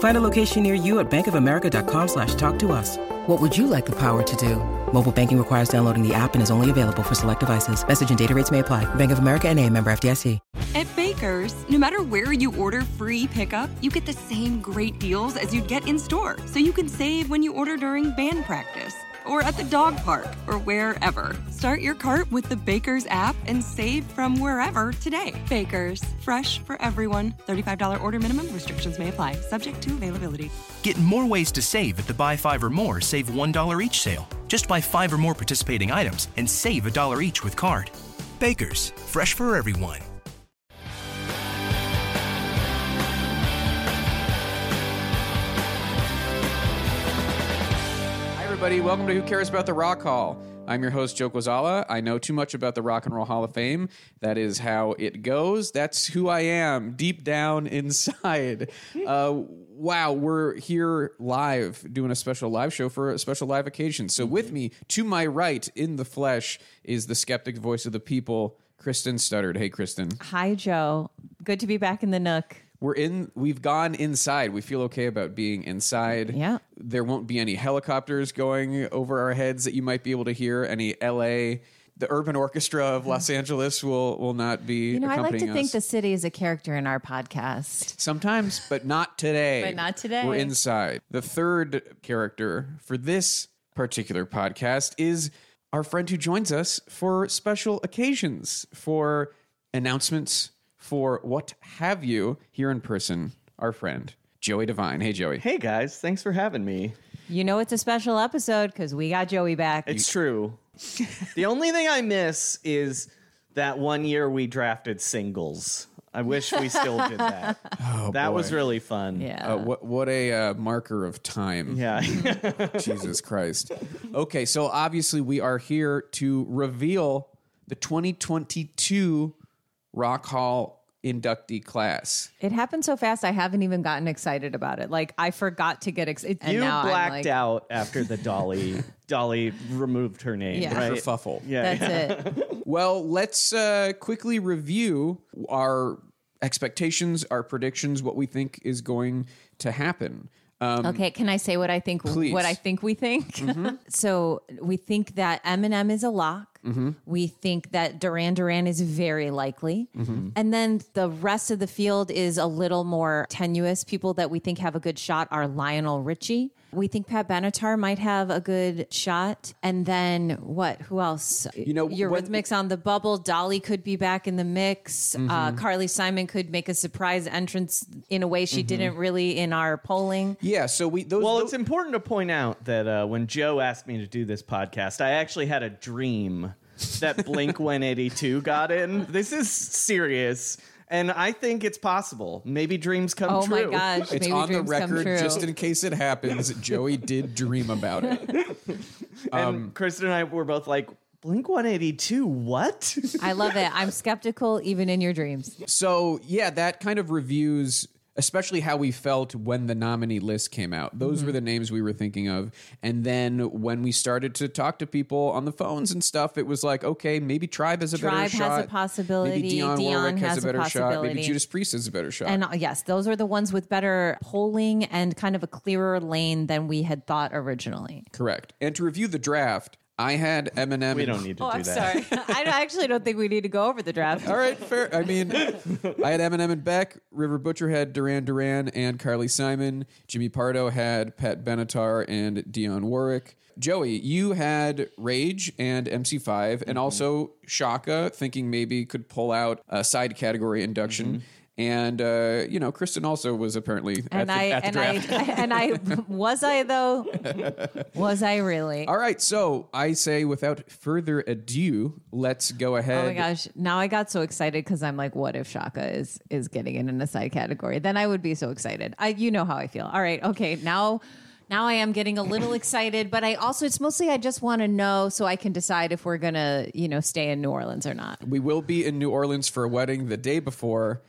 Find a location near you at bankofamerica.com slash talk to us. What would you like the power to do? Mobile banking requires downloading the app and is only available for select devices. Message and data rates may apply. Bank of America and a member FDIC. At Baker's, no matter where you order free pickup, you get the same great deals as you'd get in store. So you can save when you order during band practice or at the dog park or wherever. Start your cart with the Baker's app and save from wherever today. Baker's, fresh for everyone. $35 order minimum restrictions may apply, subject to availability. Get more ways to save at the buy five or more, save $1 each sale. Just buy five or more participating items and save a dollar each with card. Baker's, fresh for everyone. Hi, everybody. Welcome to Who Cares About the Rock Hall. I'm your host, Joe Quazala. I know too much about the Rock and Roll Hall of Fame. That is how it goes. That's who I am deep down inside. Uh, wow, we're here live doing a special live show for a special live occasion. So, with me to my right in the flesh is the skeptic voice of the people, Kristen Studdard. Hey, Kristen. Hi, Joe. Good to be back in the nook. We're in. We've gone inside. We feel okay about being inside. Yeah. There won't be any helicopters going over our heads that you might be able to hear. Any L.A. The Urban Orchestra of Los Angeles will will not be. You know, I like to accompanying think us. the city is a character in our podcast. Sometimes, but not today. But not today. We're inside. The third character for this particular podcast is our friend who joins us for special occasions, for announcements, for what have you here in person, our friend, Joey Devine. Hey, Joey. Hey guys, thanks for having me. You know, it's a special episode because we got Joey back. It's true. the only thing I miss is that one year we drafted singles. I wish we still did that. that was really fun. yeah. Uh, what what a uh, marker of time. Yeah. Jesus Christ. Okay, so obviously we are here to reveal the 2022 Rock Hall inductee class. it happened so fast, I haven't even gotten excited about it. Like, I forgot to get excited. you now blacked I'm like, out after the Dolly Dolly removed her name, Yeah. right? Kerfuffle. Yeah. That's it. Well, let's uh, quickly review our expectations, our predictions, what we think is going to happen. Um, Okay, can I say what I think? Please. Mm-hmm. What I think we think. so we think that Eminem is a lock. Mm-hmm. We think that Duran Duran is very likely, Mm-hmm. and then the rest of the field is a little more tenuous. People that we think have a good shot are Lionel Richie. We think Pat Benatar might have a good shot, and then what? Who else? You know, when- Eurythmics on the bubble. Dolly could be back in the mix. Mm-hmm. Uh, Carly Simon could make a surprise entrance in a way Mm-hmm. she didn't really in our polling. yeah, so we those Well, those- it's important to point out that uh, when Joe asked me to do this podcast, I actually had a dream that Blink 182 got in. This is serious. And I think it's possible. Maybe dreams come Oh true. my gosh! it's maybe on the dreams come record true. just in case it happens. Joey did dream about it. Um, And Kristen and I were both like, Blink 182, what? I love it. I'm skeptical even in your dreams. So yeah, that kind of reviews especially how we felt when the nominee list came out. Those Mm-hmm. were the names we were thinking of. And then when we started to talk to people on the phones and stuff, it was like, okay, maybe Tribe has a better Tribe has a shot. possibility. Maybe Dionne Dionne Warwick has, has a a better shot. Maybe possibility. Judas Priest has a better shot. And uh, yes, those are the ones with better polling and kind of a clearer lane than we had thought originally. Correct. And to review the draft, I had Eminem. We and- don't need to Oh, do I'm that. sorry. I don't- actually don't think we need to go over the draft. All right, fair. I mean, I had Eminem and Beck, River Butcher had Duran Duran and Carly Simon. Jimmy Pardo had Pat Benatar and Dionne Warwick. Joey, you had Rage and MC5, and also Shaka, thinking maybe could pull out a side category induction. And uh, you know, Kristen also was apparently at And the, I at the and I draft. and I was I though? Was I really? All right, so I say without further ado, let's go ahead. Oh my gosh! Now I got so excited because I'm like, what if Shaka is is getting in in a side category? Then I would be so excited. I, you know how I feel. All right, okay. Now, now I am getting a little excited, but I also it's mostly I just want to know so I can decide if we're gonna you know stay in New Orleans or not. We will be in New Orleans for a wedding the day before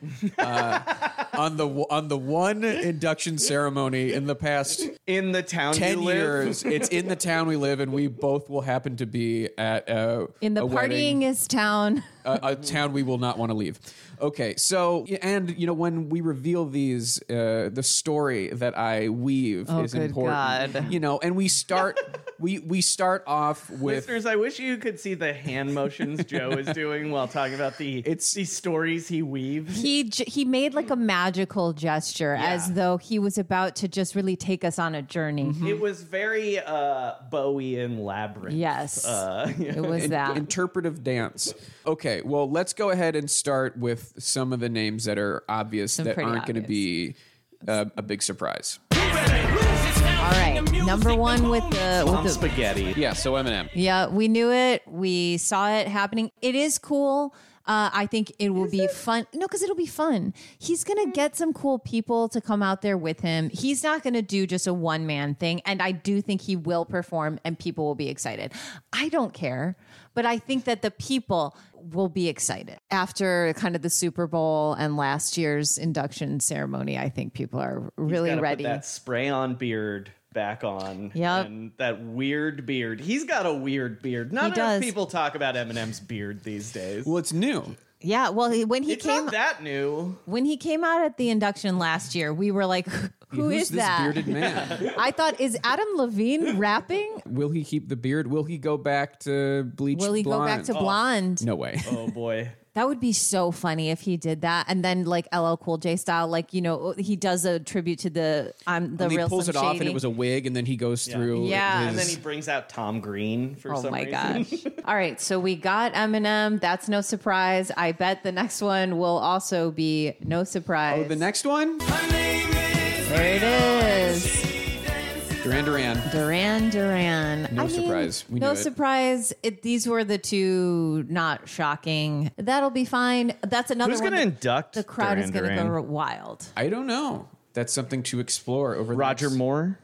uh, on the on the one induction ceremony in the past In the town ten you live? years. It's in the town we live, and we both will happen to be at uh, In the a wedding partyingest town. a, a town we will not want to leave. Okay, so and you know when we reveal these, uh, the story that I weave Oh, is good important. God. You know, and we start we we start off with Listeners, I wish you could see the hand motions Joe is doing while talking about the It's- the stories he weaves. He j- he made like a magical gesture as though he was about to just really take us on a journey. Mm-hmm. Mhm. It was very uh, Bowie and Labyrinth. Yes, Uh, yeah. it was In- that. interpretive dance. Okay, well, let's go ahead and start with some of the names that are obvious that pretty aren't going to be obvious. uh, a big surprise. All right, number one with the Mom with the spaghetti. Yeah, so Eminem. Yeah, we knew it. We saw it happening. It is cool. Uh, I think it will be fun. No, because it'll be fun. He's going to get some cool people to come out there with him. He's not going to do just a one man thing. And I do think he will perform and people will be excited. I don't care, but I think that the people will be excited. After kind of the Super Bowl and last year's induction ceremony, I think people are really Gotta put ready. that spray on beard back on. Yep. And that weird beard. He's got a weird beard. Not He enough does. people talk about Eminem's beard these days. Well, it's new. Yeah, well, he- when he it's came not that new. when he came out at the induction last year, we were like, "Who Who's is this that?" bearded man? I thought, "Is Adam Levine rapping? Will he keep the beard? Will he go back to bleach? Will he go back blonde? Oh. to blonde?" No way. Oh boy. That would be so funny if he did that, and then like LL Cool J style, like you know, he does a tribute to the I'm the And real he pulls Slim it off, and Shady. it was a wig, and then he goes through. Yeah. And Um, then his- he brings out Tom Green for Oh some my reason. gosh. All right. So we got Eminem. That's no surprise. I bet the next one will also be no surprise. oh, the next one, there it is. Duran Duran. Duran Duran. No I mean, surprise. We no knew it. surprise. It, these were the two not shocking. That'll be fine. That's another Who's one. gonna that induct The crowd is Duran going to Duran? go wild. I don't know. That's something to explore over the Roger next- Moore.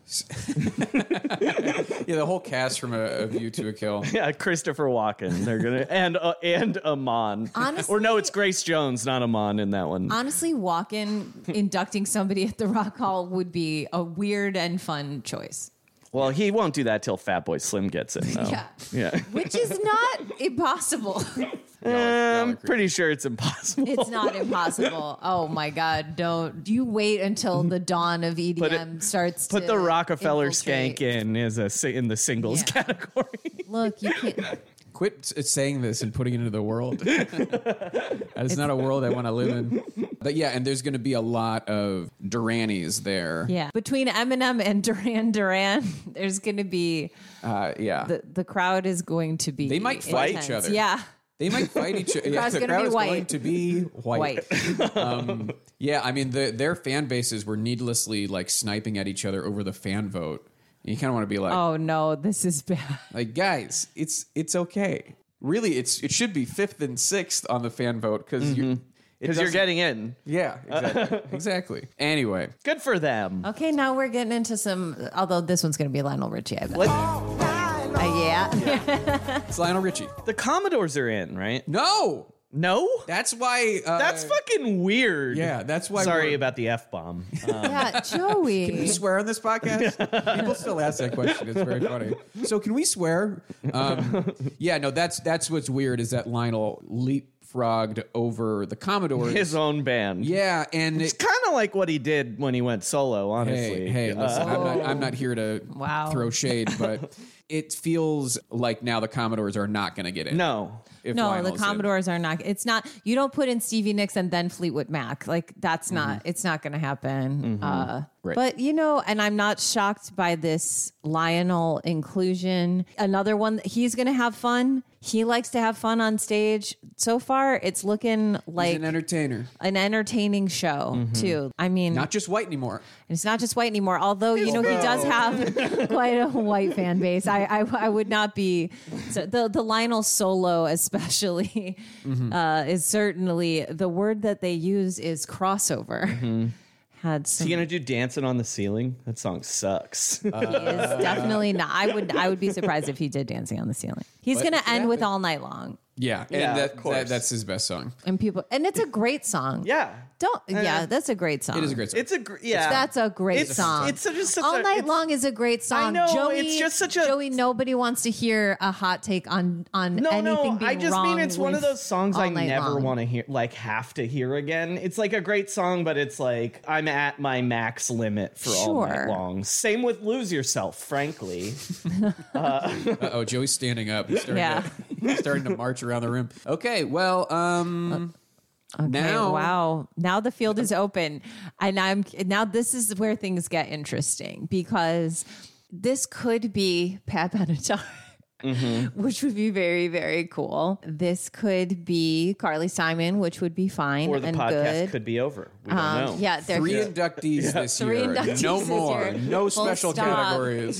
Yeah, the whole cast from a, a View to a Kill. Yeah, Christopher Walken. They're gonna and uh, and Amon. Honestly- or no, it's Grace Jones, not Amon in that one. Honestly, walking inducting somebody at the Rock Hall would be a weird and fun choice. well, he won't do that till Fat Boy Slim gets in, though. Yeah. yeah. Which is not impossible. Eh, I'm pretty sure it's impossible. It's not impossible. Oh my God! Don't you wait until the dawn of EDM it- starts. Put to the Rockefeller infiltrate. skank in is a si- in the singles Yeah. category. Look, you can't. Quit s- saying this and putting it into the world. That's not a world I want to live in. But yeah, and there's going to be a lot of Duranis there. Yeah. Between Eminem and Duran Duran, there's going to be Uh, yeah. the, the crowd is going to be They might fight intense. each other. Yeah. they might fight each other. crowd's the gonna crowd be is white. going to be white. White. Yeah, I mean, the, their fan bases were needlessly like sniping at each other over the fan vote. And you kind of want to be like, oh no, this is bad. like guys, it's it's okay. Really, it's it should be fifth and sixth on the fan vote because you, it Because Mm-hmm. you're doesn't- getting in. yeah, exactly, exactly. Anyway, Good for them. Okay, now we're getting into some although this one's going to be Lionel Richie, I bet. Uh, yeah. it's Lionel Richie. The Commodores are in, right? No, No? That's why. Uh, That's fucking weird. Yeah, that's why. Sorry we're- about the F bomb. yeah, Can we Joey. swear on this podcast? People still ask that question. It's very funny. So, can we swear? Um, yeah, no. That's that's what's weird is that Lionel leapfrogged over the Commodores. His own band. yeah, and It's it, kind of like what he did when he went solo, honestly. Oh. hey, hey, listen, I'm, not, I'm not here to Wow. throw shade, but it feels like now the Commodores are not going to get in. No. If no, Lionel's the in. Commodores are not. It's not. You don't put in Stevie Nicks and then Fleetwood Mac. Like that's not. It's not going to happen. Uh, But you know, and I'm not shocked by this Lionel inclusion. Another one. He's going to have fun. He likes to have fun on stage. So far, it's looking He's like an entertainer, an entertaining show too. I mean, not just white anymore. it's not just white anymore. Although you know he does have quite a white fan base. I I, I would not be so the the Lionel solo especially Mm-hmm. uh, is certainly the word that they use is crossover. Mm-hmm. Had Is some, he gonna do dancing on the ceiling? That song sucks. Uh, is definitely not. I would I would be surprised if he did Dancing on the Ceiling. He's gonna end with All Night Long. Yeah, and Yeah, that, of course. that- that's his best song. And people, and it's a great song. yeah, don't. Yeah, that's a great song. It is a great song. it's a gr- yeah. That's a great It's- song. It's just such All a- night it's- long is a great song. know, Joey, it's just such a- Joey. Nobody wants to hear a hot take on on No, anything no, being I just mean wrong it's one of with those songs All I Night never Long. want to hear, like have to hear again. It's like a great song, but it's like I'm at my max limit for all night Sure. long. Same with "Lose Yourself," frankly. Uh oh, Joey's standing up. He's starting, Yeah. to, starting to march around the room. Okay, well, um, Uh, Okay, now wow, now the field is open, and I'm now this is where things get interesting because this could be Pat Benatar. Mm-hmm. Which would be very, very cool. This could be Carly Simon, which would be fine or the and podcast good. could be over. We don't know. um, yeah, there three inductees this Three year. inductees no this more. year. No Full special stop. categories.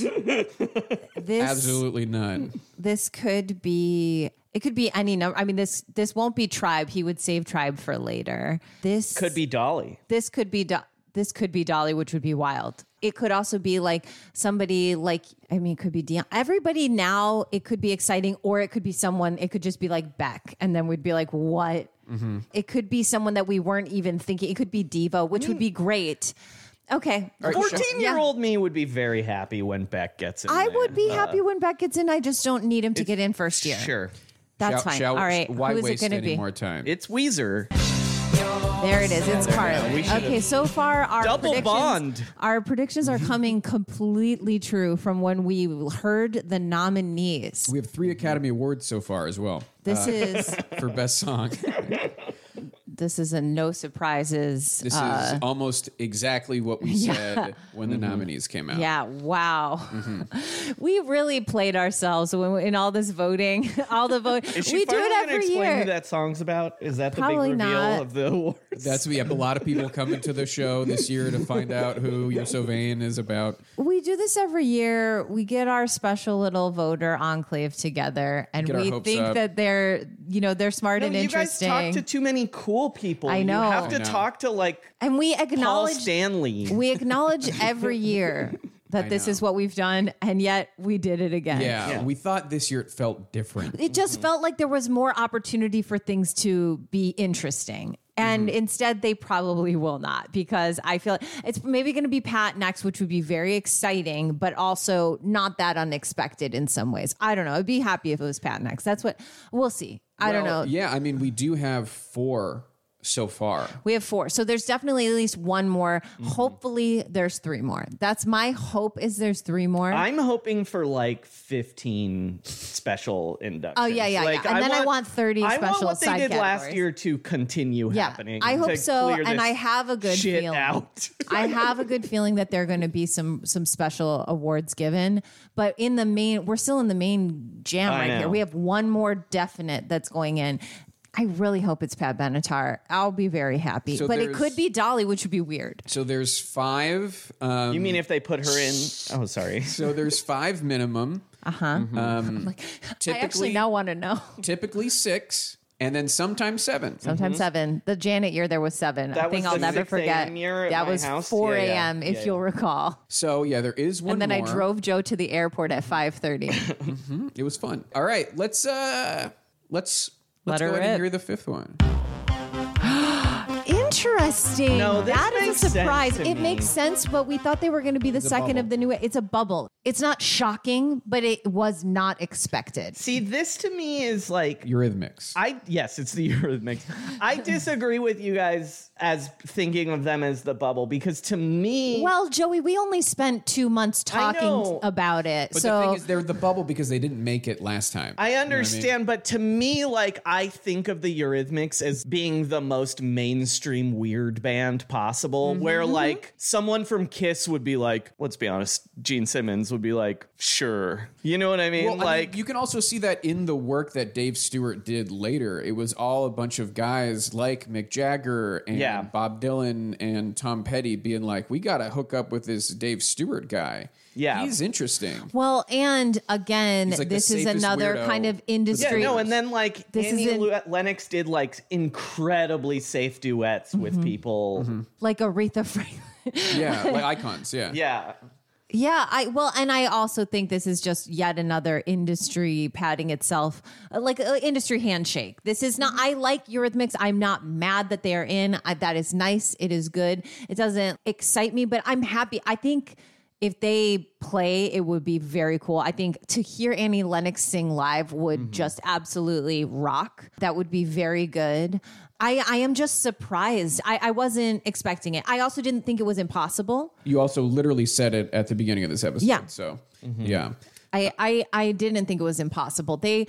this Absolutely none. this could be it could be any number i mean this this won't be tribe he would save tribe for later this could be Dolly. this could be Do- this could be dolly which would be wild it could also be like somebody like i mean it could be Dion. everybody now it could be exciting or it could be someone it could just be like beck and then we'd be like what Mm-hmm. it could be someone that we weren't even thinking it could be diva which would Mm. be great okay Fourteen-year-old me would be very happy when Beck gets in. i there. would Uh, be happy when beck gets in i just don't need him to get in first year Sure, that's Shall- fine shall- all right Why who's it waste going to any be more time? it's Weezer. There it is. It's Carly. Okay, so far our Double predictions, bond. Our predictions are coming completely true from when we heard the nominees. uh, we have three Academy Awards so far as well this is for best song. this is a no surprises. Uh, This is almost exactly what we said when the nominees came out. Mm-hmm. yeah, wow. Mm-hmm. We really played ourselves when we- in all this voting, all the vote. Is she we do finally it gonna every explain year. who that song's about? Is that the Probably big reveal not. of the awards? That's we have a lot of people coming to the show this year to find out who You're So Vain is about. We do this every year. We get our special little voter enclave together, and Get our we hopes think up. that they're, you know, they're smart No, and you guys interesting. talk to too many cool people. I know. You have to know. talk to like and we Paul acknowledge Stanley. we acknowledge every year that this is what we've done and yet we did it again Yeah, Mm-hmm. we thought this year it felt different. it just felt like there was more opportunity for things to be interesting and Mm-hmm. instead they probably will not because i feel it's maybe going to be pat next which would be very exciting but also not that unexpected in some ways i don't know i'd be happy if it was pat next that's what we'll see i don't know Well, Yeah, I mean, we do have four so far. We have four. So there's definitely at least one more. Mm-hmm. Hopefully there's three more. That's my hope is there's three more. I'm hoping for like 15 special inductions. Oh, yeah, yeah, like, yeah. And then I want 30 I want special what they side did last categories. year to continue happening. I hope to so, clear and this I have a good shit feeling. out. I have a good feeling that there are going to be some some special awards given, but in the main, we're still in the main jam I right know. here. We have one more definite that's going in. I really hope it's Pat Benatar. I'll be very happy, So but it there's- could be Dolly, which would be weird. So there's five. Um, you mean if they put her in? Oh, sorry. so there's five minimum. Uh huh. like, I typically- actually now want to know. Typically six, and then sometimes seven. Sometimes seven. The Janet year there was seven. I Mm-hmm. That think was I'll the never 6 a.m. forget. year at that my was house? four Yeah, yeah. a.m. if Yeah, you'll yeah. recall. So yeah, there is one. And then I more. drove Joe to the airport at five thirty. It was fun. All right, let's uh, let's let's Let her go ahead and rip. hear the fifth one. Interesting. No, this that is makes a sense surprise. to It me. makes sense, but we thought they were going to be the second bubble. of the new. It's a bubble. It's not shocking, but it was not expected. See, this to me is like Eurythmics. I yes, it's the Eurythmics. I disagree with you guys. as thinking of them as the bubble because to me, Well, Joey, we only spent two months I talking know. about it. But so the thing is, they're the bubble because they didn't make it last time. I understand, but to me, like I think of the Eurythmics as being the most mainstream weird band possible. Mm-hmm. Where like someone from Kiss would be like, let's be honest, Gene Simmons would be like, sure, you know what I mean? Well, I mean, like you can also see that in the work that Dave Stewart did later. It was all a bunch of guys like Mick Jagger and Yeah. Bob Dylan and Tom Petty being like, "We got to hook up with this Dave Stewart guy. Yeah. he's interesting." well, and again, He's like the this is safest another weirdo. kind of Yeah, yeah, industry. no, and then like This Annie is in- Lu- Lennox did like incredibly safe duets Mm-hmm. with people. Mm-hmm. like Aretha Franklin. Yeah, like icons. Yeah, Yeah. Yeah, I well, and I also think this is just yet another industry patting itself, uh, like uh, industry handshake. This is not. I like Eurythmics. I'm not mad that they are in. I, that is nice. It is good. It doesn't excite me, but I'm happy. I think if they play, it would be very cool. I think to hear Annie Lennox sing live would just absolutely rock. That would be very good. I, I am just surprised. I, I wasn't expecting it. I also didn't think it was impossible. You also literally said it at the beginning of this episode. Yeah. so Mm-hmm. yeah. I, I I didn't think it was impossible. They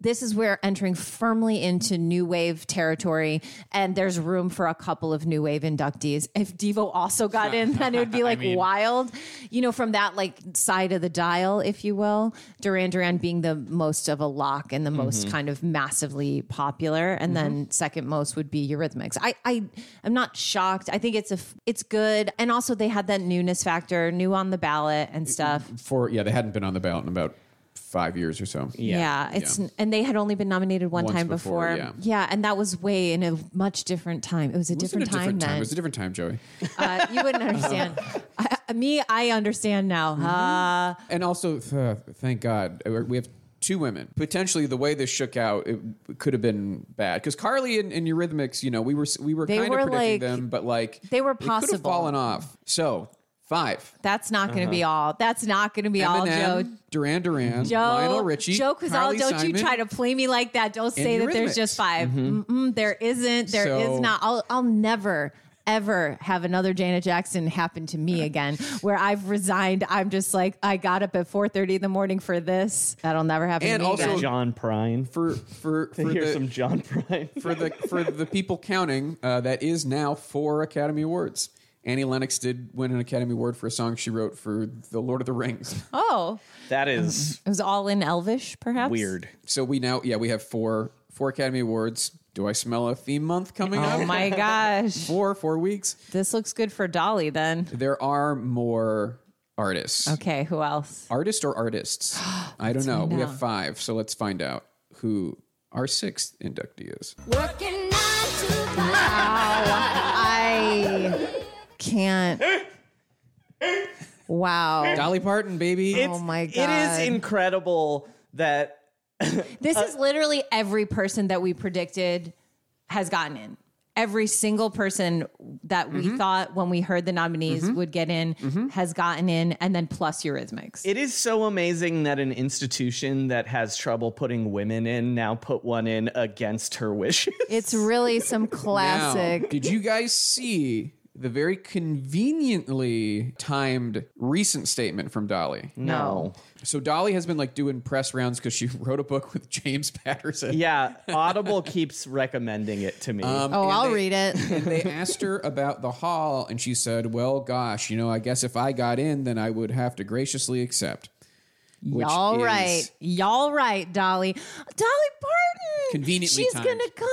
this is where entering firmly into new wave territory and there's room for a couple of new wave inductees. If Devo also got in, then it would be like wild. You know, from that like side of the dial, if you will. Duran Duran being the most of a lock and the most kind of massively popular and then second most would be Eurythmics. I I I'm not shocked. I think it's a f- it's good and also they had that newness factor, new on the ballot and stuff. For yeah, they hadn't been on the ballot in about five years or so. Yeah, it's and they had only been nominated one Once time before. before, yeah. and that was way in a much different time. It was a It was at different a different time time. then. It was a different time, Joey. uh, you wouldn't understand. I, I- me, I understand now. Mm-hmm. Uh, And also, th- thank God, uh, we have two women. Potentially, the way this shook out, it could have been bad because Carly and, and Eurythmics, you know, we were we were They kind were, of predicting like- them, but like they were it could have possible. fallen off. So five. that's not going to Uh-huh. be all. That's not going to be all, Joe. Eminem, Duran Duran, Joe, Lionel Richie, Joe Cazal, Carly don't you Simon. try to play me like that. Don't say that there's just Eurythmics. 5 Mm-mm, there isn't. There is Mm-hmm. So- not. I'll, I'll never, ever have another Janet Jackson happen to me again where I've resigned. I'm just like, I got up at 4.30 in the morning for this. That'll never happen And to me also- again. John Prine. for for for Here's the, some John Prine. for the for the people counting, uh, that is now four Academy Awards. Annie Lennox did win an Academy Award for a song she wrote for The Lord of the Rings. Oh, that is it was all in Elvish, perhaps? weird. So we now, yeah, we have four four Academy Awards. Do I smell a theme month coming Oh up? my gosh. Four four weeks. This looks good for Dolly then. There are more artists. Okay, who else? Artist or artists? I don't know. We have five, so let's find out who our sixth inductee is. Working nine to five. I can't. Wow. Dolly Parton, baby. Oh my god. It is incredible that This is literally every person that we predicted has gotten in. Every single person that we thought when we heard the nominees would get in has gotten in, and then plus Eurythmics. It is so amazing that an institution that has trouble putting women in now put one in against her wishes. it's really some Now, classic. did you guys see the very conveniently timed recent statement from Dolly? Mm. No. So Dolly has been like doing press rounds because she wrote a book with James Patterson. Yeah, Audible keeps recommending it to me. Um, oh, I'll read it. and they asked her about the hall, and she said, "Well, gosh, you know, I guess if I got in, then I would have to graciously accept." Which Y'all is- right. Y'all right, Dolly. Dolly Parton. Conveniently She's timed. going to come.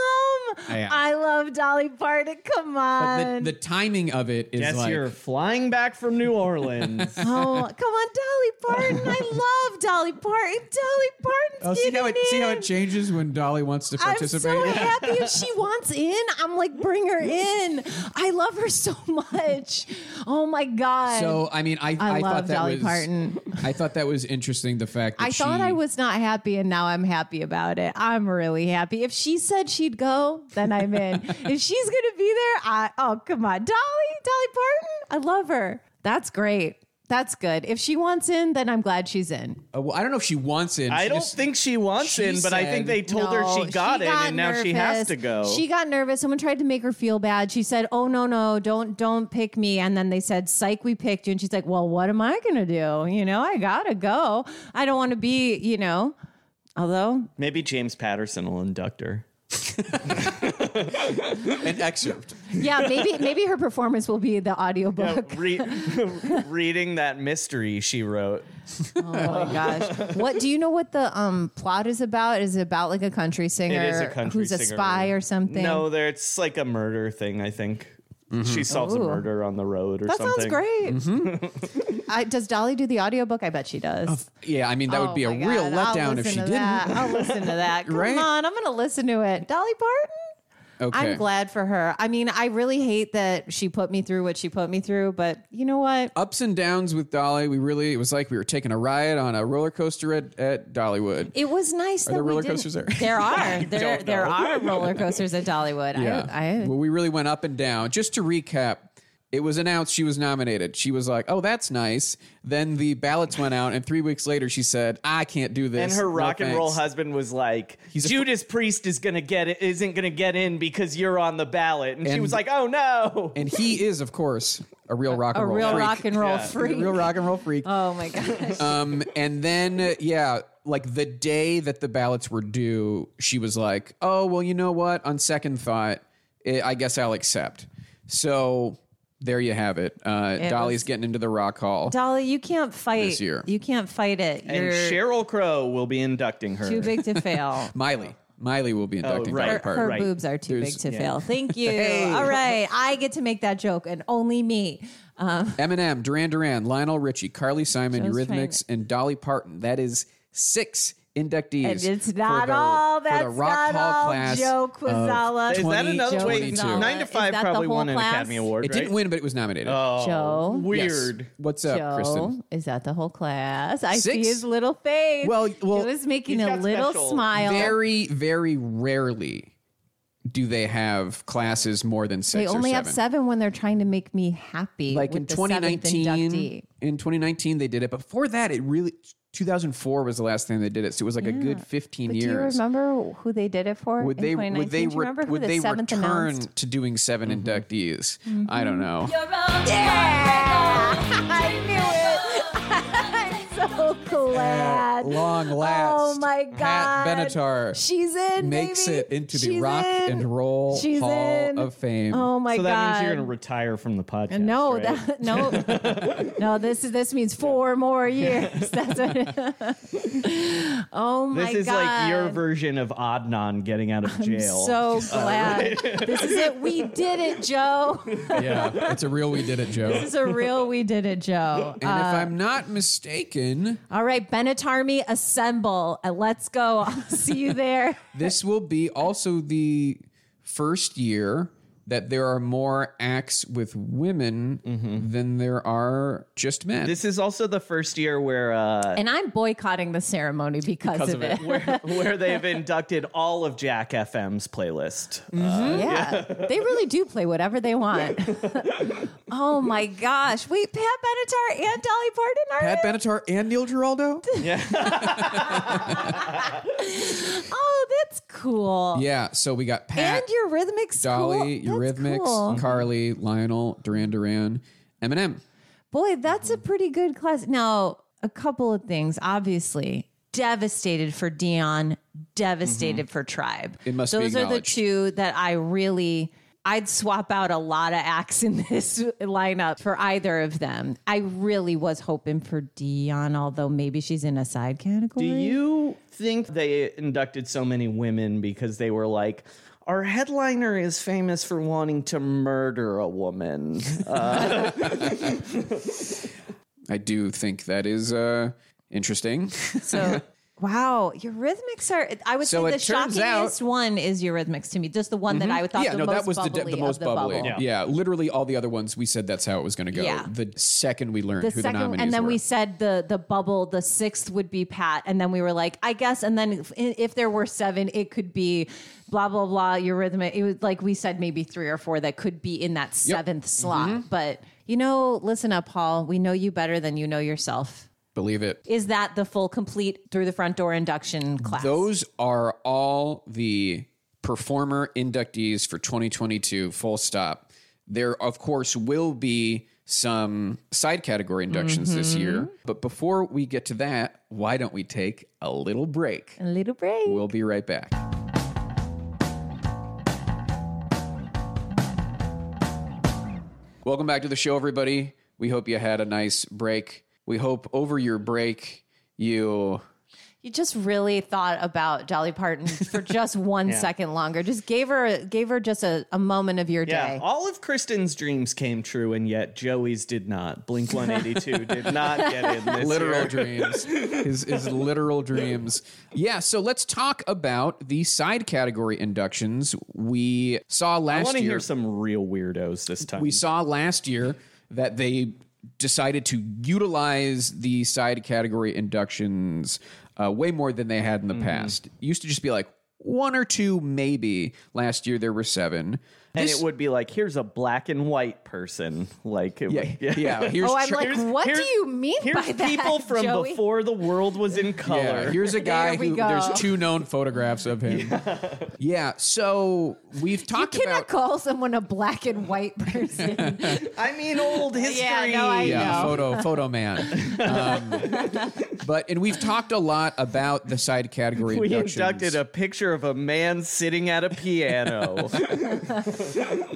Yeah. I love Dolly Parton. Come The, on. the timing of it is Guess like you're flying back from New Orleans. oh, come on, Dolly Parton. I love Dolly Parton. Dolly Parton's Oh, see getting how it in. see how it changes when Dolly wants to I'm participate. so happy if she wants in. I'm like, bring her in. I love her so much. Oh my God. So, I mean, I I I love thought that Dolly was Parton. I thought that was interesting. The fact that I thought she- I was not happy and now I'm happy about it. I'm really happy. If she said she'd go, then I'm in. if she's going to be there, I oh, come on. Dolly, Dolly Parton. I love her. That's great. That's good. If she wants in, then I'm glad she's in. Uh, well, I don't know if she wants in. I She don't just- think she wants she in, but I think said- they told her No, she got in, and now she has Oh, nervous. to go. She got nervous. Someone tried to make her feel bad. She said, "Oh no, no, don't, don't pick me." And then they said, "Psych, we picked you." And she's like, "Well, what am I gonna do? You know, I gotta go. I don't want to be, you know." Although Maybe James Patterson will induct her. an excerpt. Yeah, maybe maybe her performance will be the Uh, audiobook. Re- reading that mystery she wrote. Oh my gosh. What do you know what the um plot is about? Is it about like a country singer It is a country who's a singer. spy or something? No, there it's like a murder thing. I think she solves a Ooh. murder on the road or That something. Mm-hmm. sounds great. I, does Dolly do the audiobook? I bet she does. Yeah, I mean that Oh would be a real letdown if she didn't. That. I'll listen to that. Come Right? on, I'm going to listen to it. Dolly Parton? Okay. I'm glad for her. I mean, I really hate that she put me through what she put me through, but you know what? Ups and downs with Dolly. We really it was like we were taking a ride on a roller coaster at, at Dollywood. It was nice. Are that there we roller didn't- coasters there? There are. There, don't there know. are roller coasters at Dollywood. yeah. I, I, well, we really went up and down. Just to recap, it was announced she was nominated. She was like, "Oh, that's nice." Then the ballots went out, and three weeks later, she said, "I can't do this." And her No rock and roll thanks." husband was like, a- Judas Priest is gonna get it, isn't gonna get in because you're on the ballot, and, she And- was like, Oh no! And he is, of course, a real rock and a roll real freak. rock and roll freak. A real rock and roll freak. oh my gosh. Um, and then uh, yeah, like the day that the ballots were due, she was like, "Oh well, you know what? On second thought, eh, I guess I'll accept." So there you have it. Uh, Dolly's getting into the rock hall. Dolly, you can't fight. This year. You can't fight it. and You're Cheryl Crow will be inducting her. too big to fail. Miley, Miley will be inducting right. Dolly Her, Parton. her Right. boobs are too big to yeah. fail. Thank you. All right. I get to make that joke and only me. Um, Eminem, Duran Duran, Lionel Richie, Carly Simon, Just trying Eurythmics, and Dolly Parton. That is six inductees. and it's for not the- all. for the That's Rock not Hall all. class Joe of Quazala. Is that 20 another way? 22. Nine to Is five that the probably whole won an class? Academy Award. It didn't right? win, but it was nominated. Oh. Joe. Yes. Weird. What's up, Joe, Kristen? is that the whole class? I Six? see his little face. Well, well, he was making he's a got little special- smile. Very, very rarely do they have classes more than six. they only or have seven when they're trying to make me happy. Like with in the seventh 2019, inductee. in 2019 they did it. Before that, it really 2004 was the last time they did it. So it was like a good 15 But years. do you remember who they did it for? Would in they? 2019? Would they? Do re- you remember who would the they seventh return announced? Mm-hmm. to doing 7 Mm-hmm. inductees? I don't know. I knew it. I'm so glad. Long last. Oh my god. Pat Benatar She's in. makes baby. it into the She's Rock in. and Roll She's Hall in. of Fame. Oh my so god. that means you're going to retire from the podcast. no, right? that, no, no. This is this means four more years. That's what. it- oh my this god! is like your version Uh, of Adnan getting out of jail. So glad. this is it. We did it, Joe. yeah, it's a real we did it, Joe. This is uh, a real we did it, Joe. And if I'm not mistaken, All right, Benatarmi, assemble. Uh, let's go. I'll see you there. this will be also the first year that there are more acts with women than there are just men. Mm-hmm. this is also the first year where uh, And I'm boycotting the ceremony because, of, it. where, where they've inducted all of Jack FM's playlist. Yeah. they really do play whatever they want. oh my gosh. Wait, Pat Benatar and Dolly Parton are Pat in? Benatar and Neil Giraldo? Oh, that's cool. yeah, so we got Pat. And your rhythmics Dolly, cool. That's Eurythmics, cool. Mm-hmm. Carly, Lionel, Duran Duran, Eminem. Boy, that's Mm-hmm. a pretty good class. Now, a couple of things, obviously. Devastated for Dion, devastated for Tribe. Mm-hmm. It must be Those are the acknowledged. two that I really I'd swap out a lot of acts in this lineup for either of them. I really was hoping for Dion, although maybe she's in a side category. Do you think they inducted so many women because they were like, our headliner is famous for wanting to murder a woman? I do think that is uh, interesting. So Wow, Eurythmics are. I would So say the it turns Mm-hmm. shockingest one is Eurythmics to me. Just the one that I would thought yeah, the no, most that was the, de- bubbly the most of the bubbly. bubble. Yeah. literally all the other ones we said that's how it was going to go. Yeah. The second we learned The who the second, nominees and then were. we said the the bubble. The sixth would be Pat, and then we were like, I guess. And then if, if there were seven, it could be blah blah blah. Eurythmic. It was like we said, maybe three or four that could be in that seventh slot. Mm-hmm. But you know, listen up, Paul. We know you better than you know yourself. Believe it. Is that the full complete through the front door induction class? Those are all the performer inductees for 2022, full stop. There, of course, will be some side category inductions this year. But before we get to that, why don't we take a little break? A little break. We'll be right back. Welcome back to the show, everybody. We hope you had a nice break. We hope over your break you You just really thought about Dolly Parton for just one second longer. Just gave her gave her just a, a moment of your Yeah, day. all of Kristen's dreams came true, and yet Joey's did not. Blink 182 did not get in this literal year. dreams his, his literal dreams yeah so let's talk about the side category inductions we saw I last want to year hear some real weirdos this time. we saw last year that they decided to utilize the side category inductions uh, way more than they had in Mm-hmm. the past used to just be like one or two maybe last year there were seven and This- it would be like, here's a black and white person. Like, it yeah, would, yeah. here's oh, I'm Tra- like, what do here's- you mean Here's by that? people from Joey? before the world was in color. Yeah, here's a guy we who go. there's two known photographs of him. Yeah, so we've You talked cannot about call someone a black and white person. I mean, old history. no, I- yeah, know. photo photo man. Um, but and we've talked a lot about the side category we inductions. inducted a picture of a man sitting at a piano.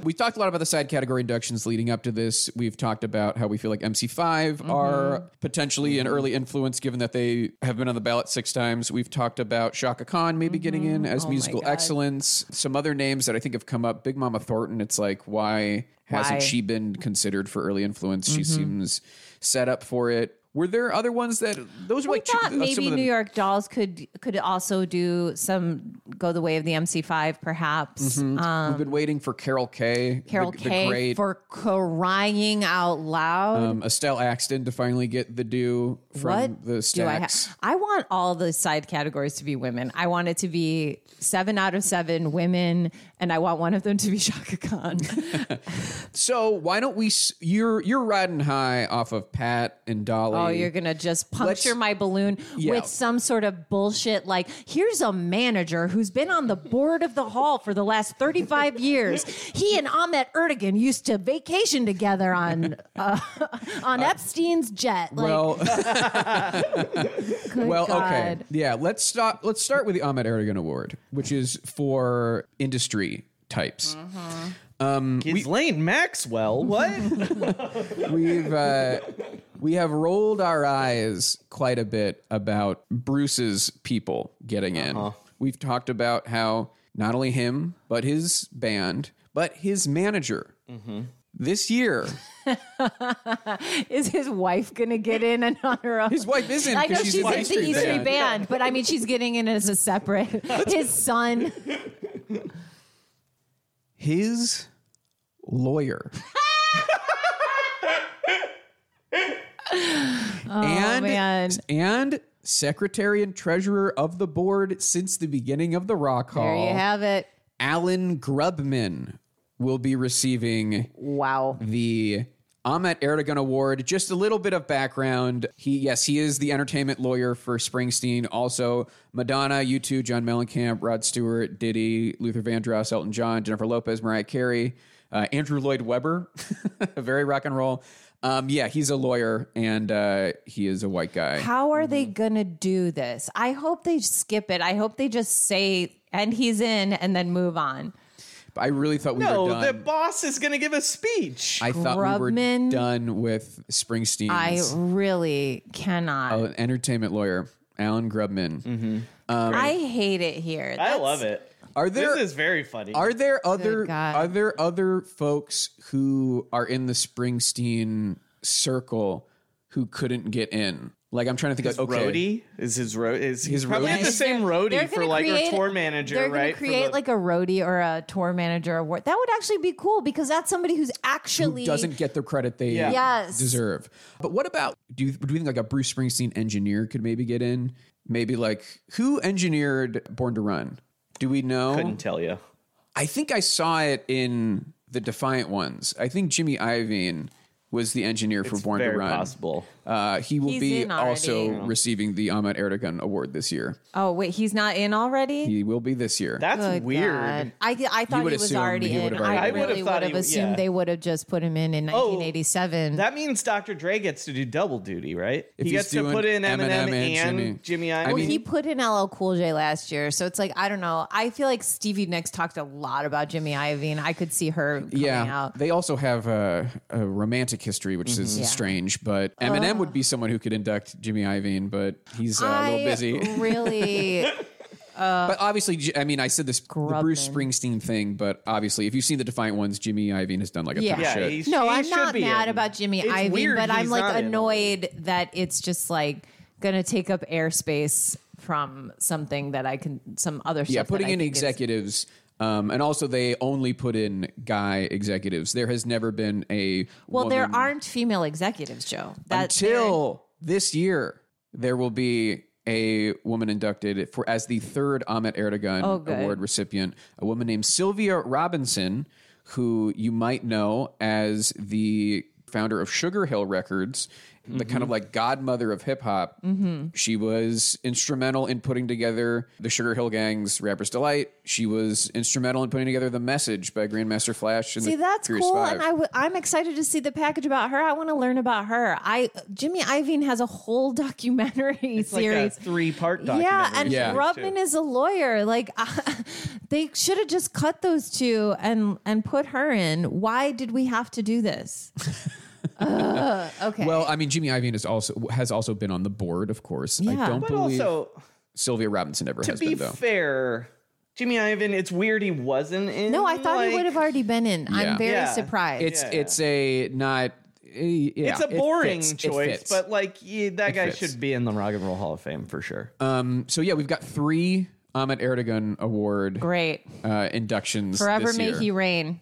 we talked a lot about the side category inductions leading up to this. We've talked about how we feel like MC5 Mm-hmm. are potentially an early influence given that they have been on the ballot six times. We've talked about Shaka Khan Mm-hmm. maybe getting in as Oh musical excellence. Some other names that I think have come up Big Mama Thornton. It's like, why hasn't Why? Mm-hmm. she been considered for early influence? She seems set up for it. Were there other ones that those were We like two- uh, thought some of maybe the- New York Dolls could could also do some go the way of the MC5, perhaps. Um, We've been waiting for Carol Kay, Carol Mm-hmm. the, Kay the great for crying out loud. um, Estelle Axton to finally get the do from what the do I stacks. have? I want all the side categories to be women. I want it to be seven out of seven women, and I want one of them to be Shaka Khan. So why don't we? s- You're you're riding high off of Pat and Dolly. oh, you're gonna just puncture Let's- my balloon Yeah. with some sort of bullshit like, here's a manager who's been on the board of the hall for the last 35 years. He and Ahmet Erdogan used to vacation together on uh, on Epstein's jet. Like, well, good well, okay, God. yeah. Let's stop. Let's start with the Ahmed Erdogan Award, which is for industry types. Ghislaine Maxwell. What? We've uh, we have rolled our eyes quite a bit about Bruce's people getting in. We've talked about how not only him but his band, but his manager this year. Is his wife going to get in and on her own? His wife isn't. I 'cause know she's, in in the E3 band. but I mean, she's getting in as a separate. His son. his lawyer. and, Oh, man. and secretary and treasurer of the board since the beginning of the Rock Hall, There you have it. Alan Grubman will be receiving Wow. the Ahmet Erdogan Award. Just a little bit of background. He, yes, he is the entertainment lawyer for Springsteen. Also, Madonna, U2, John Mellencamp, Rod Stewart, Diddy, Luther Vandross, Elton John, Jennifer Lopez, Mariah Carey, uh, Andrew Lloyd Webber. Very rock and roll. Um, yeah, he's a lawyer and uh, he is a white guy. How are Mm-hmm. they gonna do this? I hope they skip it. I hope they just say, and he's in, and then move on. I really thought we were no, done. the boss is going to give a speech. I thought we were Grubman. done with Springsteen. I really cannot. an entertainment lawyer, Alan Grubman. Mm-hmm. I hate it here. I That's- love it. Are there this is very funny. Are there other God. are there other folks who are in the Springsteen circle who couldn't get in? Like I'm trying to think. His Like, okay, roadie is his road. Is he's His probably roadie? had the same roadie They're for gonna like create- your tour manager, They're right? going to create like a roadie or a tour manager award. That would actually be cool because that's somebody who's actually who doesn't get the credit they Yeah. Yes. deserve. But what about do you, do you think like a Bruce Springsteen engineer could maybe get in? Maybe like who engineered Born to Run? Do we know? couldn't tell you. I think I saw it in the Defiant Ones. I think Jimmy Iovine was the engineer for It's Born very to Run. possible. Uh, he will He's be in already. also receiving the Ahmet Erdogan Award this year. Oh wait, he's not in already. He will be this year. That's Good weird. God. I th- I thought he would was assume already he in. would've already I, been in. I really would've thought would have he would- assumed yeah. Oh, they would have just put him in in 1987. That means Dr. Dre gets to do double duty, right? If he he's gets to doing put in Eminem, Eminem and, and Jimmy. Jimmy. Iovine. I well, mean- he put in LL Cool J last year, so it's like I don't know. I feel like Stevie Nicks talked a lot about Jimmy Iovine. I could see her coming yeah, out. Mm-hmm. they also have a, a romantic history, which is strange. But Eminem would be someone who could induct Jimmy Iovine, but he's uh, a little Ah. I busy. really but obviously, J- I mean, I said this the Bruce Grubbin. Springsteen thing, but obviously, if you've seen the Defiant Ones, Jimmy Iovine has done like a Yeah. ton of Yeah, shit. he's- No, He I'm should not be mad in. about Jimmy It's Iovine, weird but I'm he's like not in annoyed that it's just like going to take up airspace from something that I can, some other stuff. Yeah, that putting I in think is- executives. Um, and also, they only put in guy executives. There has never been a Well, there woman- aren't female executives, Joe. until this year. There will be a woman inducted for as the third Ahmet Erdogan Oh, good. Award recipient, a woman named Sylvia Robinson, who you might know as the founder of Sugar Hill Records, the kind of like godmother of hip hop. Mm-hmm. She was instrumental in putting together the Sugar Hill Gang's Rapper's Delight. She was instrumental in putting together The Message by Grandmaster Flash. And See, the that's Furious cool, Five. and I w- I'm excited to see the package about her. I want to learn about her. I Jimmy Iovine has a whole documentary like series. a three-part Yeah, documentary and Yeah. Rubman is a lawyer. Like, they should have just cut those two and and put her in. Why did we have to do this? Ugh, okay. Well, I mean, Jimmy Iovine is also has also been on the board, of course. I Yeah. don't but believe also, Sylvia Robinson ever to has be been though. fair, Jimmy Iovine, it's weird he wasn't in. no, I thought like, he would have already been in. Yeah. I'm very Yeah. surprised. it's Yeah. it's a not. eh, yeah, It's a it boring fits. It choice, fits. but like yeah, that guy fits. Uh, should be in the Rock and Roll Hall of Fame for sure. so yeah, we've got three Ahmet Erdogan Award Great. uh, inductions. Forever this may year. he reign.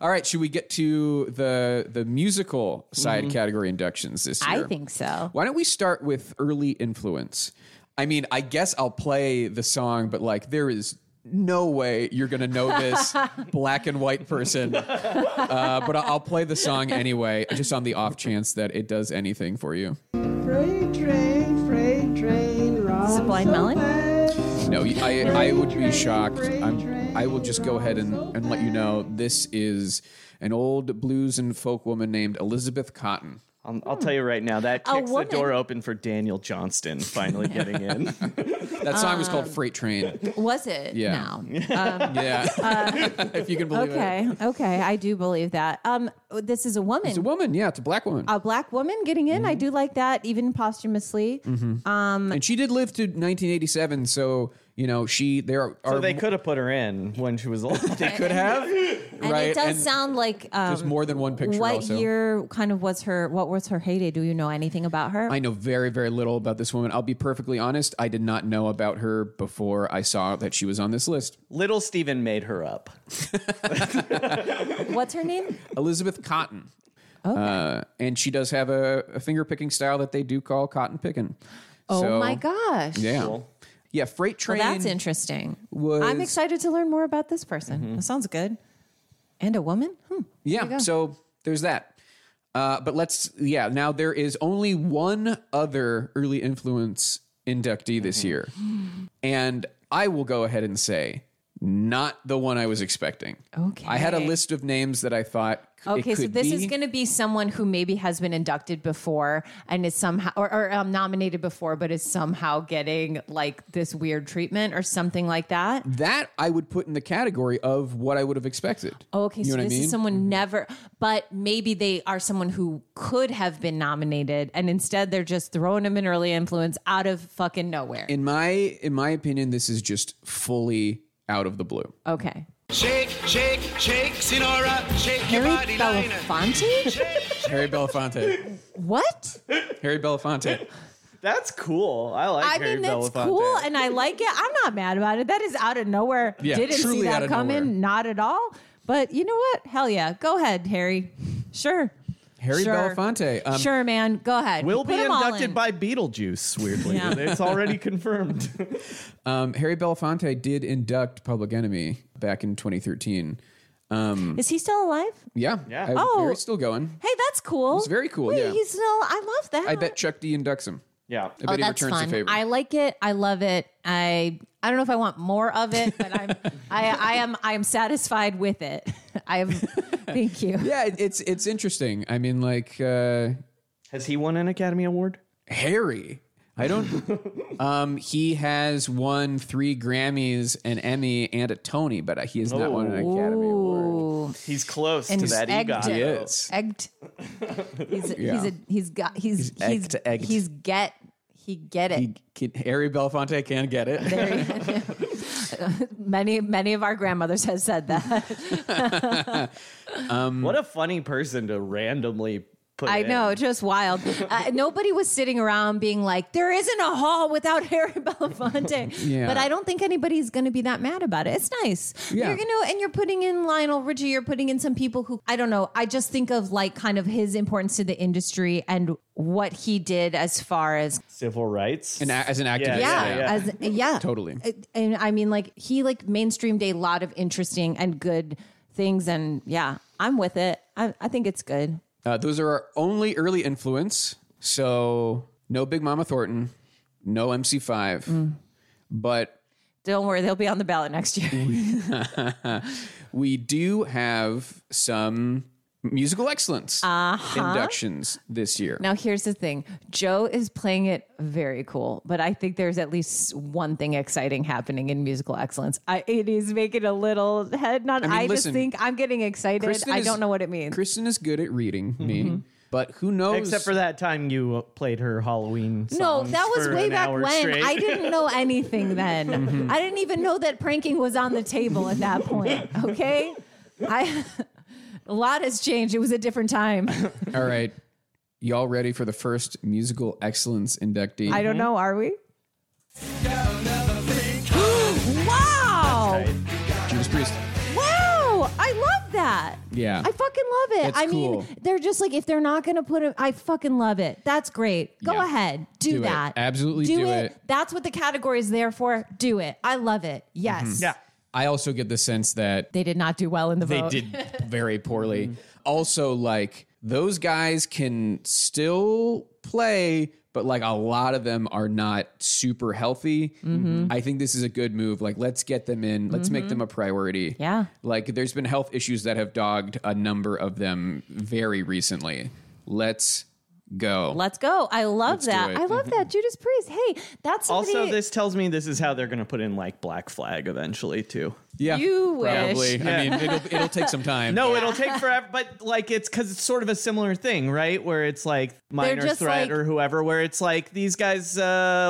All right, should we get to the the musical side Mm-hmm. category inductions this year? I think so. Why don't we start with early influence? I mean, I guess I'll play the song, but like there is no way you're gonna know this black and white person. Uh, but I- I'll play the song anyway, just on the off chance that it does anything for you. Sublime Melon. No, I, I would be shocked. I'm, I will just go ahead and, and let you know this is an old blues and folk woman named Elizabeth Cotton. I'll, I'll tell you right now, that A kicks the woman- door open for Daniel Johnston finally getting in. That song was called Freight Train. Was it? Yeah. Now. Yeah, if you can believe it. Okay. Okay. I do believe that. Um, this is a woman. It's a woman, yeah, it's a black woman. a black woman getting in. I Mm-hmm. do like that, even posthumously. and she did live to 1987 so you know she there are, so they could have put her in when she was old. they could have And right it does and sound like um, there's more than one picture what also year kind of was her what was her heyday do you know anything about her i know very very little about this woman i'll be perfectly honest i did not know about her before i saw that she was on this list Little Steven made her up. what's her name elizabeth cotton uh, and she does have a, a finger picking style that they do call cotton picking oh my gosh yeah Cool. yeah freight well train that's interesting was- Mm-hmm. i'm excited to learn more about this person that sounds good and a woman hmm. Yeah. So there's that. Uh, but let's, yeah, now there is only one other early influence inductee this Mm-hmm. year. And I will go ahead and say, not the one I was expecting. Okay. I had a list of names that I thought c- it okay so could this be. is going to be someone who maybe has been inducted before and is somehow or, or um, nominated before but is somehow getting like this weird treatment or something like that That I would put in the category of what I would have expected. Okay, so this is Mm-hmm. someone never, but maybe they are someone who could have been nominated, and instead they're just throwing them in early influence out of fucking nowhere. in my in my opinion, this is just fully out of the blue. okay, Shake, shake, shake, Sinora, shake your Harry body liner. Belafonte. Harry Belafonte. what? Harry Belafonte. That's cool. I like I Harry mean, that's Belafonte. cool, and I like it. I'm not mad about it. That is out of nowhere. Yeah, Didn't see truly out that of coming. nowhere. Not at all. But you know what? Hell yeah. Go ahead, Harry. Sure. Harry Sure. Belafonte. Um, sure, man. Go ahead. Will Put be 'em all inducted in. by Beetlejuice, weirdly. Yeah. It's already confirmed. um, Harry Belafonte did induct Public Enemy back in 2013. Is he still alive? Yeah. Yeah. I- Oh. Harry's still going. Hey, that's cool. It's very cool, Wait, yeah. He's still. I love that. I bet Chuck D inducts him. yeah. I bet he returns the favor. I like it. I love it. I I don't know if I want more of it, but I'm I, I am I am satisfied with it. I am. Thank you. yeah, it, it's it's interesting. I mean, like uh, Has he won an Academy Award? Harry. I don't. um, he has won three Grammys, an Emmy, and a Tony, but he has not won an Oh. Academy Award. Ooh. He's close And to he's that egged EGOT. it. Yes. Egged. He's he's a, he's got he's He's he's egged, egged. he's get he get it. He can, Harry Belafonte can get it. many many of our grandmothers have said that. What a funny person to randomly put I in. know, just wild. Uh, nobody was sitting around being like, "There isn't a hall without Harry Belafonte." Yeah. But I don't think anybody's going to be that mad about it. It's nice. Yeah. You're gonna and you're putting in Lionel Richie. You're putting in some people who I don't know. I just think of like kind of his importance to the industry and what he did as far as Civil rights. An a- as an activist. Yeah, yeah, yeah. as yeah, Totally. And- And I mean, like he like mainstreamed a lot of interesting and good things, and yeah, I'm with it. I, I think it's good. Uh, those are our only early influence. So no Big Mama Thornton, no MC5, but Don't worry, they'll be on the ballot next year. we do have some musical excellence inductions this year. Uh-huh. now, here's the thing: Joe is playing it very cool, but I think there's at least one thing exciting happening in musical excellence. I, it is making a little head nod. I, mean, just listen, think I'm getting excited. Kristen I is- don't know what it means. Kristen is good at reading Mm-hmm. me, but who knows? Except for that time you uh, played her Halloween. No, songs that was for way an back hour when. straight. I didn't know anything then. I didn't even know that pranking was on the table at that point. Okay, I a lot has changed. It was a different time. All right. Y'all ready for the first musical excellence inductee? I don't know. Are we? wow! Judas Priest. Wow! I love that. Yeah. I fucking love it. It's I mean, cool. they're just like if they're not gonna put it, I fucking love it. That's great. Go Yeah. ahead, do, Do it. that. Absolutely do it. That's what the category is there for. Do it. I love it. Mm-hmm. Yes. Yeah. I also get the sense that They did not do well in the they vote. did very poorly. Mm-hmm. Also, like those guys can still play, but like a lot of them are not super healthy. Mm-hmm. I think this is a good move. Like, let's get them in. Let's make them a priority. Yeah. Like, there's been health issues that have dogged a number of them very recently. Let's go. Let's go. I love do that. it. Mm-hmm. I love that. Judas Priest. Hey, that's somebody, Also, this tells me this is how they're going to put in like Black Flag eventually too. yeah. You Probably. wish. I mean, it'll, it'll take some time. No, it'll take forever, but like it's because it's sort of a similar thing, right? Where it's like minor just threat like- or whoever, where it's like these guys uh,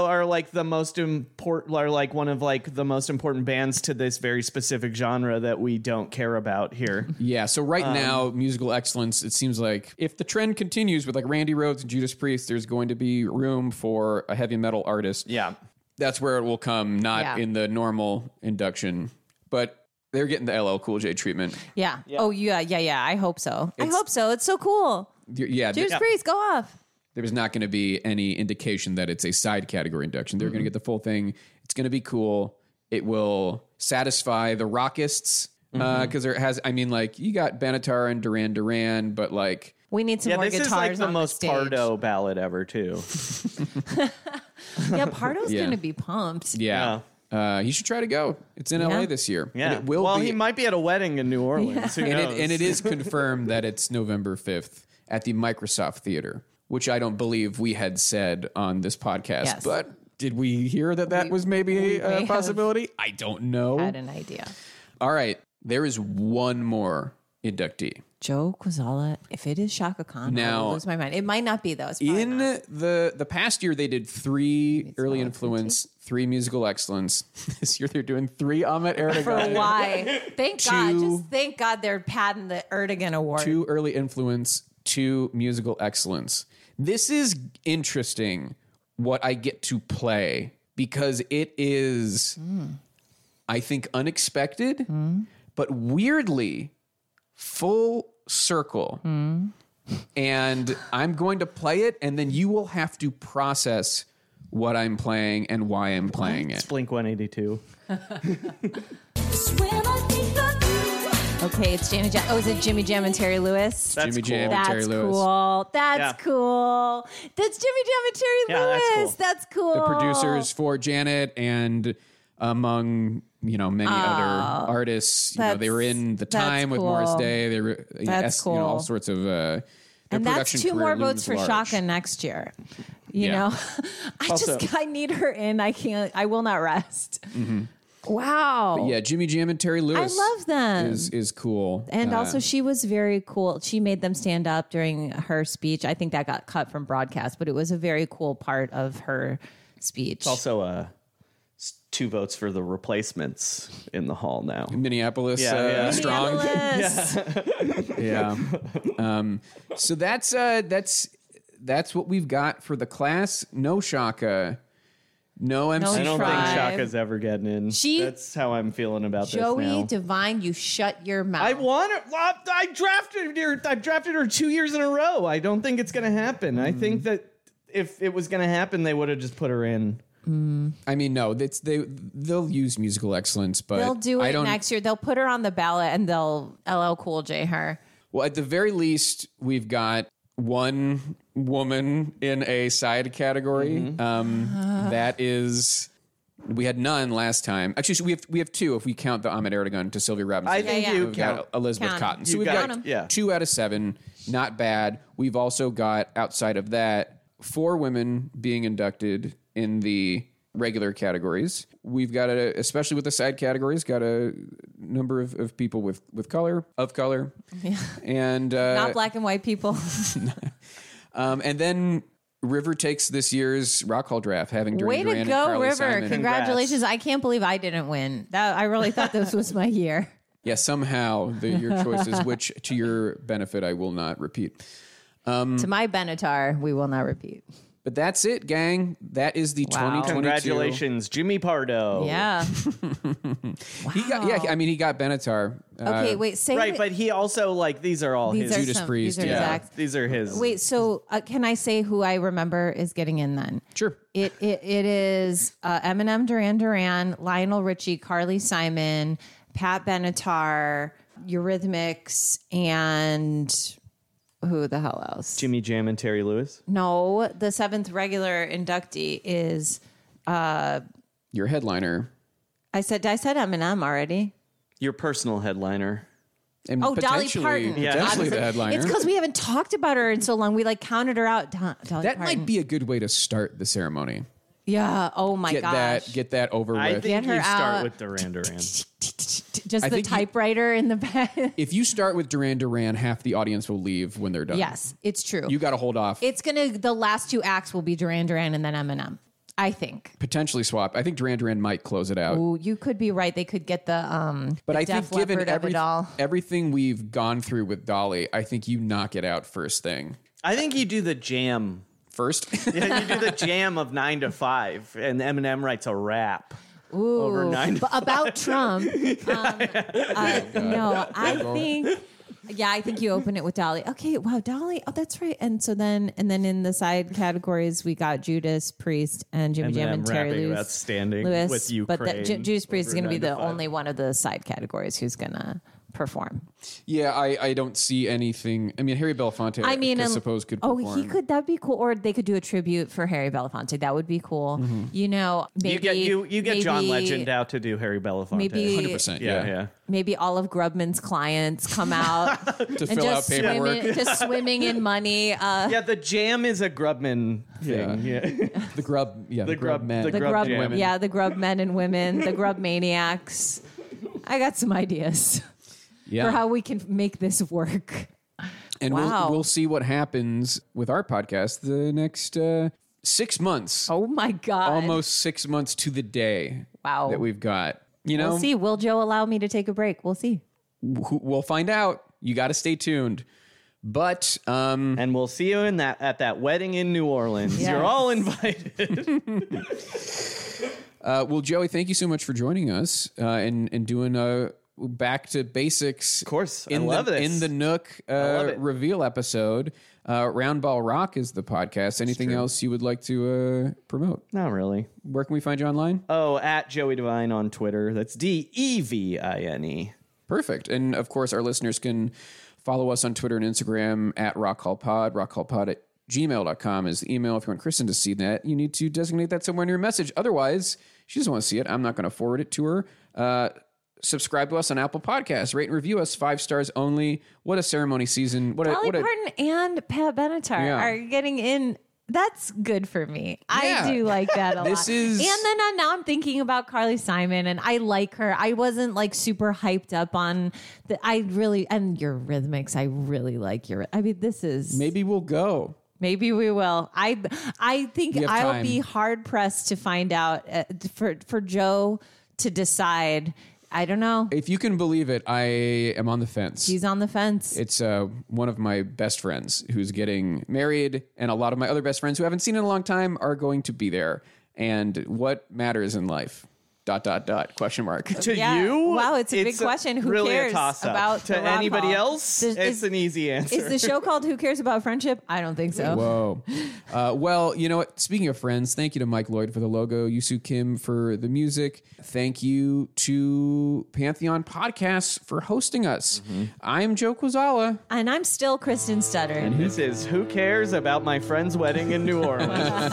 are like the most important, are like one of like the most important bands to this very specific genre that we don't care about here. Yeah. So right now, musical excellence. It seems like if the trend continues with like Randy Rhoads and Judas Priest, there's going to be room for a heavy metal artist. yeah, That's where it will come, not Yeah. in the normal induction. But they're getting the LL Cool J treatment. yeah. Oh yeah, yeah, yeah. I hope so. I hope so. It's so cool. Y- Yeah. th- Judas Priest, go off. there is not going to be any indication that it's a side category induction. They're going to get the full thing. It's going to be cool. It will satisfy the Rockists because there has. I mean, like you got Benatar and Duran Duran, but like We need some yeah. more This guitars is like the on most the stage. Pardo ballad ever too. Yeah, Pardo's Yeah. gonna be pumped. Yeah. Uh, he should try to go. It's in LA Yeah. this year. Yeah, And it will well, be. he might be at a wedding in New Orleans. Who and, knows? it, and it is confirmed that it's November 5th at the Microsoft Theater, which I don't believe we had said on this podcast. Yes. But did we hear that that was maybe we may a have possibility? I don't know. Had an idea. All right. There is one more inductee. Joe Quazala, if it is Shaka Khan, I Now- will lose my mind. It might not be though. It's probably In not. the the past year, they did three early influence, three musical excellence. this year, they're doing three Ahmet for Erdogan. why? Thank God. Two- Just thank God they're padding the Erdogan Award. two early influence, to musical excellence. This is interesting what I get to play because it is, I think, unexpected, but weirdly full circle. And I'm going to play it, and then you will have to process what I'm playing and why I'm playing it. It's Blink 182. Okay, it's Janet Jam. Oh, is it Jimmy Jam and Terry Lewis? That's Jimmy Jam cool. and That's Terry Lewis. cool. That's Yeah. cool. That's Jimmy Jam and Terry Yeah, that's cool. Lewis. That's cool. the producers for Janet and among you know many other artists. You know, they were in the that's time with cool. Morris Day. They were you know, That's S- you know, all cool. sorts of. Uh, their and that's production two career more looms votes for large. Shaka next year. You Yeah. know, I Also- just I need her in. I can't. I will not rest. Wow. Mm-hmm. Yeah, Jimmy Jam and Terry I Lewis. love them. Is is cool. and also, she was very cool. She made them stand up during her speech. I think that got cut from broadcast, but it was a very cool part of her speech. Also, uh, s- two votes for the replacements in the hall now. Minneapolis Yeah, uh, yeah. strong. Fabulous. yeah. Um, so that's uh, that's that's what we've got for the class. No Shaka. No MC. I don't Tribe. think Shaka's ever getting in. She- That's how I'm feeling about this now. Joey Divine, you shut your mouth. I want her. I I drafted her. I drafted her two years in a row. I don't think it's going to happen. I think that if it was going to happen, they would have just put her in. I mean, no. That's they. They'll use musical excellence, but They'll do I it don't, next year. They'll put her on the ballot and they'll LL Cool J her. Well, at the very least, we've got one woman in a side category. Mm-hmm. Um, that is, we had none last time. Actually, so we have we have two if we count the Ahmed Erdogan to Sylvia Robinson. I think yeah. you we've count. got Elizabeth Count 'em. Cotton. So You we've got- got yeah. two out of seven. Not bad. We've also got outside of that four women being inducted in the regular categories. We've got a, especially with the side categories, got a number of, of people with with color of color, and uh, Not black and white people. um, and then River takes this year's Rock Hall draft, having Duran Way to Duran and go, Carly River. Simon. Congratulations. I can't believe I didn't win. That I really thought this was my year. Yeah, somehow the, your choices, which to your benefit, I will not repeat. Mm. To my Benatar, we will not repeat. But that's it, gang. That is the 2022. Congratulations, Jimmy Pardo. Yeah. He got, yeah, I mean, he got Benatar. uh, Okay, wait, say Right, it- but he also like these are all these his. are Judas some, Priest, These are yeah. Zach's. These are his. Wait, so uh, can I say who I remember is getting in then? Sure. It it, it is uh, Eminem, Duran Duran, Lionel Richie, Carly Simon, Pat Benatar, Eurythmics, and who the hell else? Jimmy Jam and Terry Lewis. No, the seventh regular inductee is Your headliner. I said I said Eminem already. Your personal headliner. And Oh, Dolly potentially- Parton. Yeah. Potentially the headliner. It's because we haven't talked about her in so long. We like counted her out. Do- Dolly that Parton. might be a good way to start the ceremony. Yeah. Oh my Get gosh. that get that over I with. think her you out. start with Duran Duran. Just the think you- typewriter in the back. if you start with Duran Duran, half the audience will leave when they're done. Yes, it's true. You got to hold off. it's gonna. The last two acts will be Duran Duran and then Eminem. I think. potentially swap. I think Duran Duran might close it out. Ooh, you could be right. They could get the um. But the I Def think given Leppard of every- it all. everything we've gone through with Dolly, I think you knock it out first thing. I think you do the jam. First, Yeah, you do the jam of nine to five, and Eminem writes a rap. Ooh, over nine to But about Trump, um, uh, no, I think, yeah, I think you open it with Dolly. Okay, wow, Dolly. Oh, that's right. And so then, and then in the side categories, we got Judas Priest and Jimmy Jam Eminem and Terry rapping Lewis. about standing Lewis, with but that, Ukraine Ju- Judas Priest is over going to be nine to the five. only one of the side categories who's going to perform. yeah, I, I don't see anything. I mean, Harry Belafonte, I mean, I and- suppose could. oh, perform. he could. That'd be cool. Or they could do a tribute for Harry Belafonte. That would be cool. Mm-hmm. You know, maybe you get you you get John maybe- Legend out to do Harry Belafonte. Maybe- 100%. yeah, Yeah, yeah. Maybe all of Grubman's clients come out To and fill out just paperwork. swimming, just swimming in money. Uh, Yeah, the jam is a Grubman thing. Yeah. The grub, yeah, the, grub, grub- men. the the grub grub, women. yeah, the grub men and women, the grub maniacs. I got some ideas yeah. for how we can make this work. and Wow. we'll we'll see what happens with our podcast the next uh, six months, Oh my god! almost six months to the day. Wow. that we've got. You know, We'll see. Will Joe allow me to take a break? We'll see. wh- we'll find out. You got to stay tuned. But um, And we'll see you in that at that wedding in New Orleans. Yes. You're all invited. uh, well, Joey, thank you so much for joining us uh, and and doing a back to basics. Of course. I in love the, this. in the Nook love uh, it. reveal episode. Uh, Roundball Rock is the podcast. Anything else you would like to uh, promote? Not really. Where can we find you online? Oh, at Joey Devine on Twitter. That's D E V I N E. Perfect. And of course, our listeners can follow us on Twitter and Instagram at Rock Hall Pod. Rock Hall Pod at gmail.com is the email. If you want Kristen to see that, you need to designate that somewhere in your message. Otherwise, she doesn't want to see it. I'm not going to forward it to her. Uh, subscribe to us on Apple Podcasts. Rate and review us five stars only. What a ceremony season. What a, Dolly what a, Parton and Pat Benatar Yeah. are getting in. That's good for me. Yeah. I do like that a This lot. is- And then uh, now I'm thinking about Carly Simon, and I like her. I wasn't like super hyped up on the. I really and your rhythmics. I really like your. I mean, this is maybe we'll go. Maybe we will. I I think have I'll time. be hard pressed to find out uh, for for Joe to decide. I don't know. If you can believe it, I am on the fence. He's on the fence. It's uh, one of my best friends who's getting married, and a lot of my other best friends who haven't seen in a long time are going to be there. And what matters in life? Dot dot dot question mark. To Yeah. you? Wow, it's a big question. Who really cares a toss-up. about to the rock anybody hall? else? Does- it's is- an easy answer. Is the show called Who Cares About Friendship? I don't think so. Whoa. Uh, well, you know what? Speaking of friends, thank you to Mike Lloyd for the logo, Yusu Kim for the music. Thank you to Pantheon Podcasts for hosting us. I'm Joe Quazala. And I'm still Kristen Stutter. this is Who Cares About My Friend's Wedding in New Orleans?